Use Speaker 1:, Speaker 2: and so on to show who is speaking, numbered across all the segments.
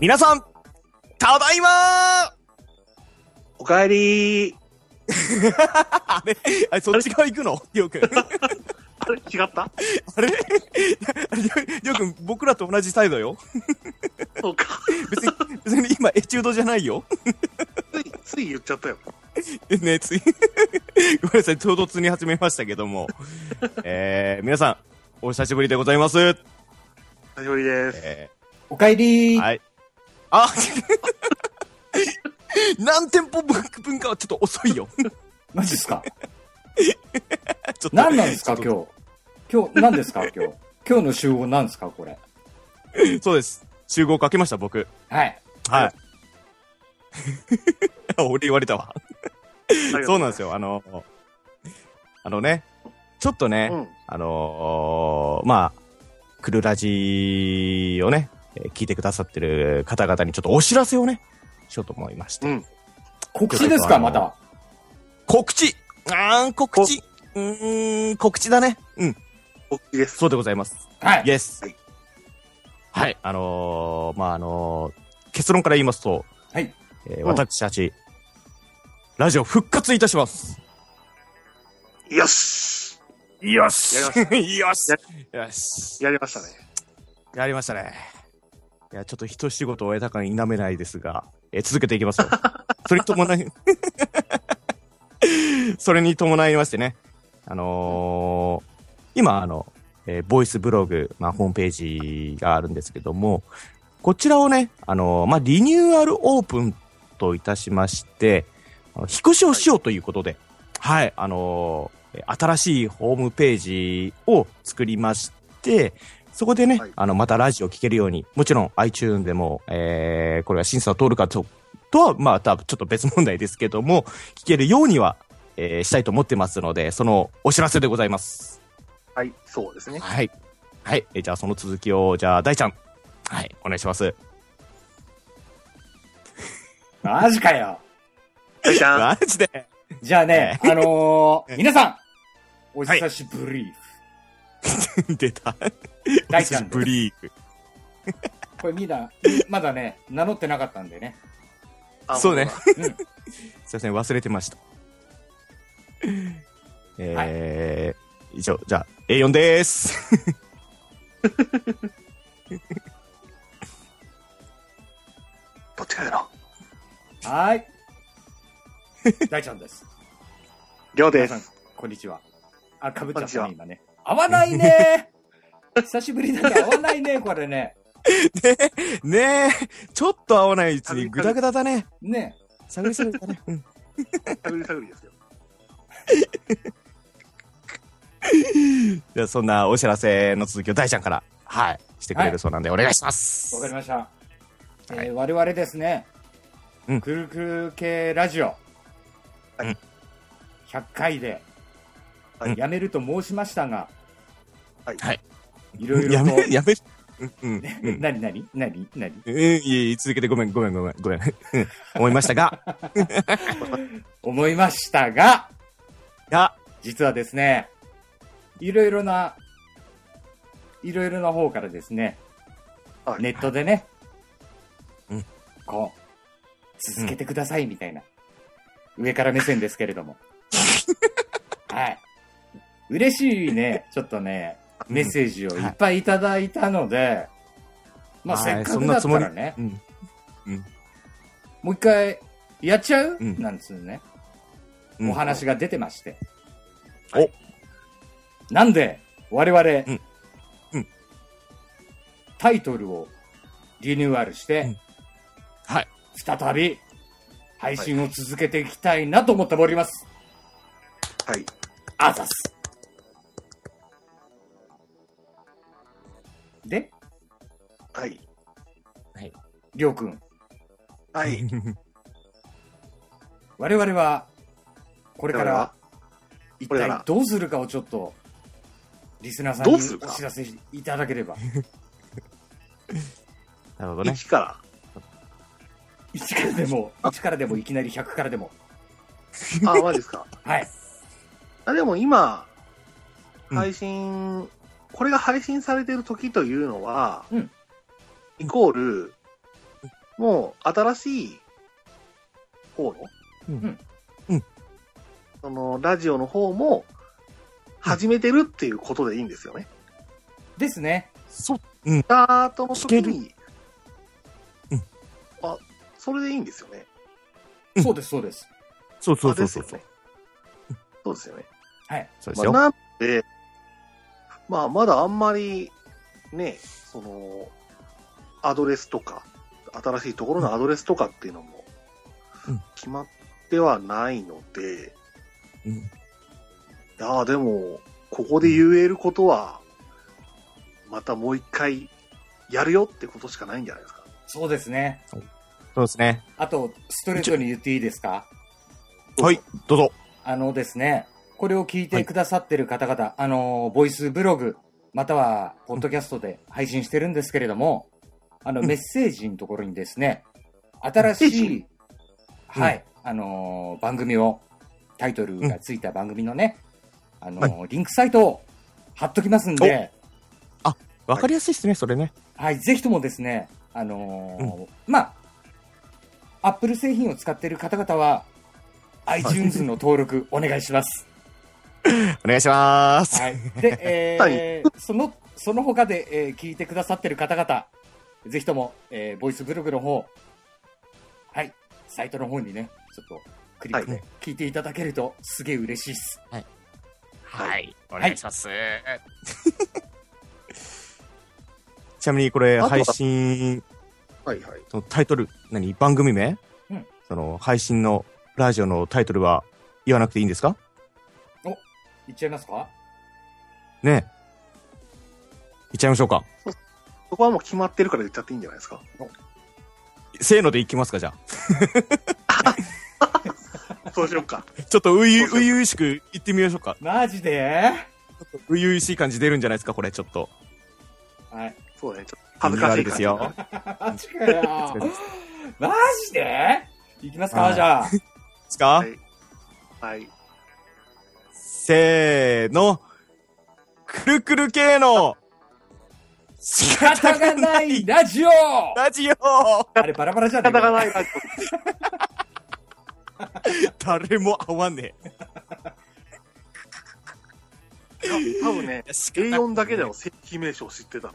Speaker 1: 皆さん、ただいまー
Speaker 2: おかえりー。
Speaker 1: あれあれ、そっち側行くのりょうくん。
Speaker 2: あれ違った
Speaker 1: あれあれりょうりょうくん、僕らと同じ態度よ。
Speaker 2: そうか。
Speaker 1: 別に、別に今、エチュードじゃないよ。
Speaker 2: つい、つい言っちゃったよ。
Speaker 1: ね、つい、ごめんなさい、唐突に始めましたけども。えー、皆さん、お久しぶりでございます。
Speaker 2: 久しぶりです。
Speaker 1: え
Speaker 3: おかえり
Speaker 1: ー、はい。あ何店舗分かはちょっと遅いよ。
Speaker 3: マジっすか
Speaker 1: ちょっと
Speaker 3: 何なんですか
Speaker 1: ちょっ
Speaker 3: 今日。今日、何ですか今日。今日の集合なんですかこれ。
Speaker 1: とそうです。集合かけました、僕。
Speaker 3: はい。
Speaker 1: はい。 俺言われたわ。そうなんです
Speaker 2: よ。
Speaker 1: よ。あの、あのね、ちょっとね、
Speaker 2: うん。
Speaker 1: あのーまあ、クルラジをね、えー聞いてくださってる方々にちょっとお知らせをね、しようと思いまして。
Speaker 2: うん
Speaker 3: 告知ですかまた。
Speaker 1: 告知あーん、告知うーん、告知だね。うん、
Speaker 2: おきです。
Speaker 1: そうでございます。
Speaker 3: はい。
Speaker 1: イエス
Speaker 2: はい。
Speaker 1: はい、あのーまあ、あのー結論から言いますと、
Speaker 3: はい。
Speaker 1: えー
Speaker 2: うん
Speaker 1: 私たち、ラジオ復活いたします。
Speaker 2: よし
Speaker 1: よし
Speaker 2: や
Speaker 1: よ
Speaker 2: りま
Speaker 1: しよし
Speaker 2: や
Speaker 1: よし
Speaker 2: やりましたね。
Speaker 1: やりましたね。いや、ちょっと一仕事終えたかに否めないですが、えー続けていきますよ。 それに伴い、 それに伴いましてね、あのー今、あの、えーボイスブログ、まあ、ホームページがあるんですけども、こちらをね、あのーまあ、リニューアルオープンといたしまして、あの引っ越しをしようということで、はい、あのーえー新しいホームページを作りまして、そこでね、
Speaker 2: はい
Speaker 1: あの、またラジオ聞けるように、もちろん iTune でも、えーこれは審査を通るかと、とは、まあ、多分ちょっと別問題ですけども、聞けるようには、えーしたいと思ってますので、そのお知らせでございます。
Speaker 2: はい、そうで すね。
Speaker 1: はい。はい。えーじゃあ、その続きを、じゃあ、大ちゃん。はい。お願いします。
Speaker 3: マジかよ。
Speaker 2: 大ちゃん。
Speaker 1: マジで。
Speaker 3: じゃあね、あの
Speaker 1: え
Speaker 3: ー、皆さん、お久しぶり。
Speaker 1: 出た。
Speaker 3: 大ちゃん
Speaker 1: ブリーク。
Speaker 3: これみんな、まだね、名乗ってなかったんでね。
Speaker 2: あ
Speaker 1: そうね。
Speaker 3: うん。
Speaker 1: すいません、忘れてました。えー、以上、じゃあ、A4 でーす。
Speaker 2: どっちかやろう。
Speaker 3: はーい。大ちゃんです。
Speaker 2: りょうで
Speaker 3: 皆さ
Speaker 2: す。
Speaker 3: ん、こんにちは。あ、かぶっちゃっ
Speaker 2: こん
Speaker 3: たね、
Speaker 2: に
Speaker 3: 今ね。合わないね久しぶりだね。合わないね、これね。
Speaker 1: ねえ、ちょっと合わないうちにグダグダだね。
Speaker 3: ね。
Speaker 1: 探り探りだ ね。うん
Speaker 2: 探り探りですよ。
Speaker 1: じゃあ、そんなお知らせの続きを大ちゃんから、はい、してくれ
Speaker 3: は
Speaker 1: る
Speaker 3: い
Speaker 1: そうなんで、お願いします。
Speaker 3: わかりました。えー
Speaker 1: はい
Speaker 3: 我々ですね、
Speaker 1: うん
Speaker 3: くるくる系ラジオ、
Speaker 1: はい
Speaker 3: 100回で、
Speaker 2: はい
Speaker 3: やめると申しましたが、
Speaker 2: はい
Speaker 1: はい
Speaker 3: いろいろと、。
Speaker 1: やめ、やめ、うん、うん、うん
Speaker 3: 何何何何
Speaker 1: うん、いえいえ、続けてごめん、ごめん、ごめん、ごめん。うん思いましたが、
Speaker 3: 思いましたが、
Speaker 1: が、
Speaker 3: 実はですね、いろいろな、いろいろな方からですね、
Speaker 2: はい
Speaker 3: ネットでね、
Speaker 1: うん
Speaker 3: こう、続けてくださいみたいな、上から目線ですけ れども。はい。嬉しいね、ちょっとね、
Speaker 1: うん
Speaker 3: メッセージをいっぱいいただいたので、まあ、
Speaker 1: はい
Speaker 3: せっかくだった
Speaker 1: そんな
Speaker 3: らね、
Speaker 1: うん、
Speaker 3: もう一回、やっちゃう、
Speaker 1: うん
Speaker 3: なんつうね、
Speaker 1: うん
Speaker 3: お話が出てまして。
Speaker 1: お
Speaker 3: はいなんで、我々、
Speaker 1: んうん
Speaker 3: タイトルをリニューアルして、
Speaker 1: うんはい。
Speaker 3: 再び、配信を続けていきたいなと思っております。
Speaker 2: はい。
Speaker 3: あざす。で、
Speaker 2: はい。
Speaker 3: りょうくん、
Speaker 2: はい。
Speaker 3: 我々は、これか
Speaker 2: 我々は
Speaker 3: ら、一
Speaker 2: これから
Speaker 3: 体どうするかをちょっと、リスナーさんに
Speaker 2: ど
Speaker 3: お
Speaker 2: うするか
Speaker 3: 知らせいただければ。
Speaker 1: なるほどね。
Speaker 2: 一から。
Speaker 3: 1からでも、1からでもいきなり100からでも。
Speaker 2: あ、マジですか。
Speaker 3: はい。
Speaker 2: あでも今、
Speaker 1: うん
Speaker 2: 配信、これが配信されてる時というのは、
Speaker 3: うん
Speaker 2: イコール、もう新しい方の、
Speaker 1: うん
Speaker 2: そのラジオの方も始めてるっていうことでいいんですよね。
Speaker 3: ですね。
Speaker 1: そう。
Speaker 2: スタートの時に、
Speaker 1: うん
Speaker 2: あ、それでいいんですよね。
Speaker 1: うん
Speaker 3: そうです、そうです。
Speaker 1: そうそう
Speaker 2: あ
Speaker 1: そう
Speaker 2: で
Speaker 1: そ
Speaker 2: す
Speaker 1: う
Speaker 2: よ
Speaker 1: そう
Speaker 2: ね。そうですよね。
Speaker 3: はい。
Speaker 1: そうです
Speaker 2: まあ、
Speaker 1: よ。
Speaker 2: なんで、まあ、まだあんまり、ね、その、アドレスとか、新しいところのアドレスとかっていうのも
Speaker 1: うん、
Speaker 2: 決まってはないので、
Speaker 1: うん
Speaker 2: いやーでも、ここで言えることは、またもう一回、やるよってことしかないんじゃないですか。
Speaker 3: そうですね。
Speaker 1: そうですね。
Speaker 3: あと、ストレートに言っていいですか
Speaker 1: はい、どうぞ。
Speaker 3: あのですね、これを聞いてくださってる方々、あの、ボイスブログ、または、ポッドキャストで配信してるんですけれども、あの、
Speaker 1: うん
Speaker 3: メッセージのところにですね、新しい、
Speaker 1: うん
Speaker 3: はい、あの、番組を、タイトルがついた番組のね、あの、リンクサイトを貼っときますんで、
Speaker 1: わかりやすいですね、それね。
Speaker 3: はい、ぜひともですね、あのーまあ、アップル製品を使っている方々は、iTunes の登録お願いします。
Speaker 1: お願いします。
Speaker 3: はい。で、えーその、その他で、えー聞いてくださっている方々、ぜひとも、えーボイスブログの方、はい、サイトの方にね、ちょっと、クリック
Speaker 1: は
Speaker 3: で
Speaker 1: い
Speaker 3: 聞いていただけると、すげえ嬉しいです。
Speaker 1: はい、お
Speaker 3: 願いし
Speaker 1: ます。 ちなみにこれ、
Speaker 2: あとは
Speaker 1: 配信、
Speaker 2: はいはい。
Speaker 1: そのタイトル、何番組名
Speaker 3: うん
Speaker 1: その、配信のラジオのタイトルは言わなくていいんですか
Speaker 3: いっちゃいますか
Speaker 1: ねえ。言っちゃいましょうか。
Speaker 2: そこはもう決まってるから言っちゃっていいんじゃないですか。
Speaker 1: せーのでいきますか、じゃあ。
Speaker 2: そうしようか。
Speaker 1: ちょっとういう、
Speaker 2: そうしよ
Speaker 1: う
Speaker 2: う
Speaker 1: いういしく言ってみましょうか。
Speaker 3: マジで
Speaker 1: ういういしい感じ出るんじゃないですか、これ、ちょっと。
Speaker 3: はい。
Speaker 2: そうだね。ちょっと恥ずかしい感じ
Speaker 1: いいですよ。
Speaker 3: マジかよ
Speaker 1: うん。
Speaker 3: マジでいきますか、
Speaker 1: はい
Speaker 3: じゃあ。
Speaker 1: ですか、
Speaker 2: はいはい。
Speaker 1: せーの。くるくる系の、仕
Speaker 3: 仕方がないラジオ
Speaker 1: ラジオ
Speaker 3: あれバラバラじゃ
Speaker 2: 仕方が
Speaker 3: ない
Speaker 2: ないラジ
Speaker 1: 誰も会わねえ。
Speaker 2: オ。多分ね、A4 だけでの正規名称を知っ てたの。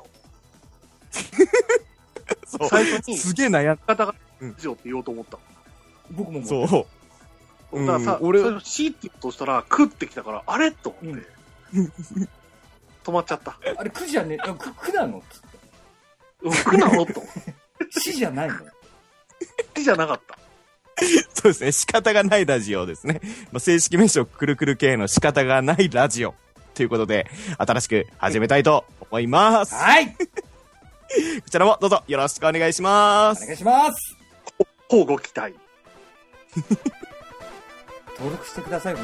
Speaker 1: そう
Speaker 2: 最初に、仕
Speaker 1: すげえ悩ん
Speaker 2: 方がないラジオって言おうと思った。
Speaker 3: 僕ももう
Speaker 1: そう。
Speaker 2: だからさ、
Speaker 1: うん俺
Speaker 2: 最初、シーって言うとしたら、クってきたから、あれと思って。止まっち ゃった。
Speaker 3: あれ9じゃねえ、あく9なの
Speaker 2: うんクなのと。
Speaker 3: 死じゃないの
Speaker 2: 死じゃなかった。
Speaker 1: そうですね。仕方がないラジオですね。まあ、正式名称、くるくる系の仕方がないラジオ。ということで、新しく始めたいと思います。
Speaker 3: はい
Speaker 1: こちらもどうぞよろしくお願いしま
Speaker 3: お願い
Speaker 1: す。
Speaker 3: します
Speaker 2: 交互期待。
Speaker 3: 登録してください、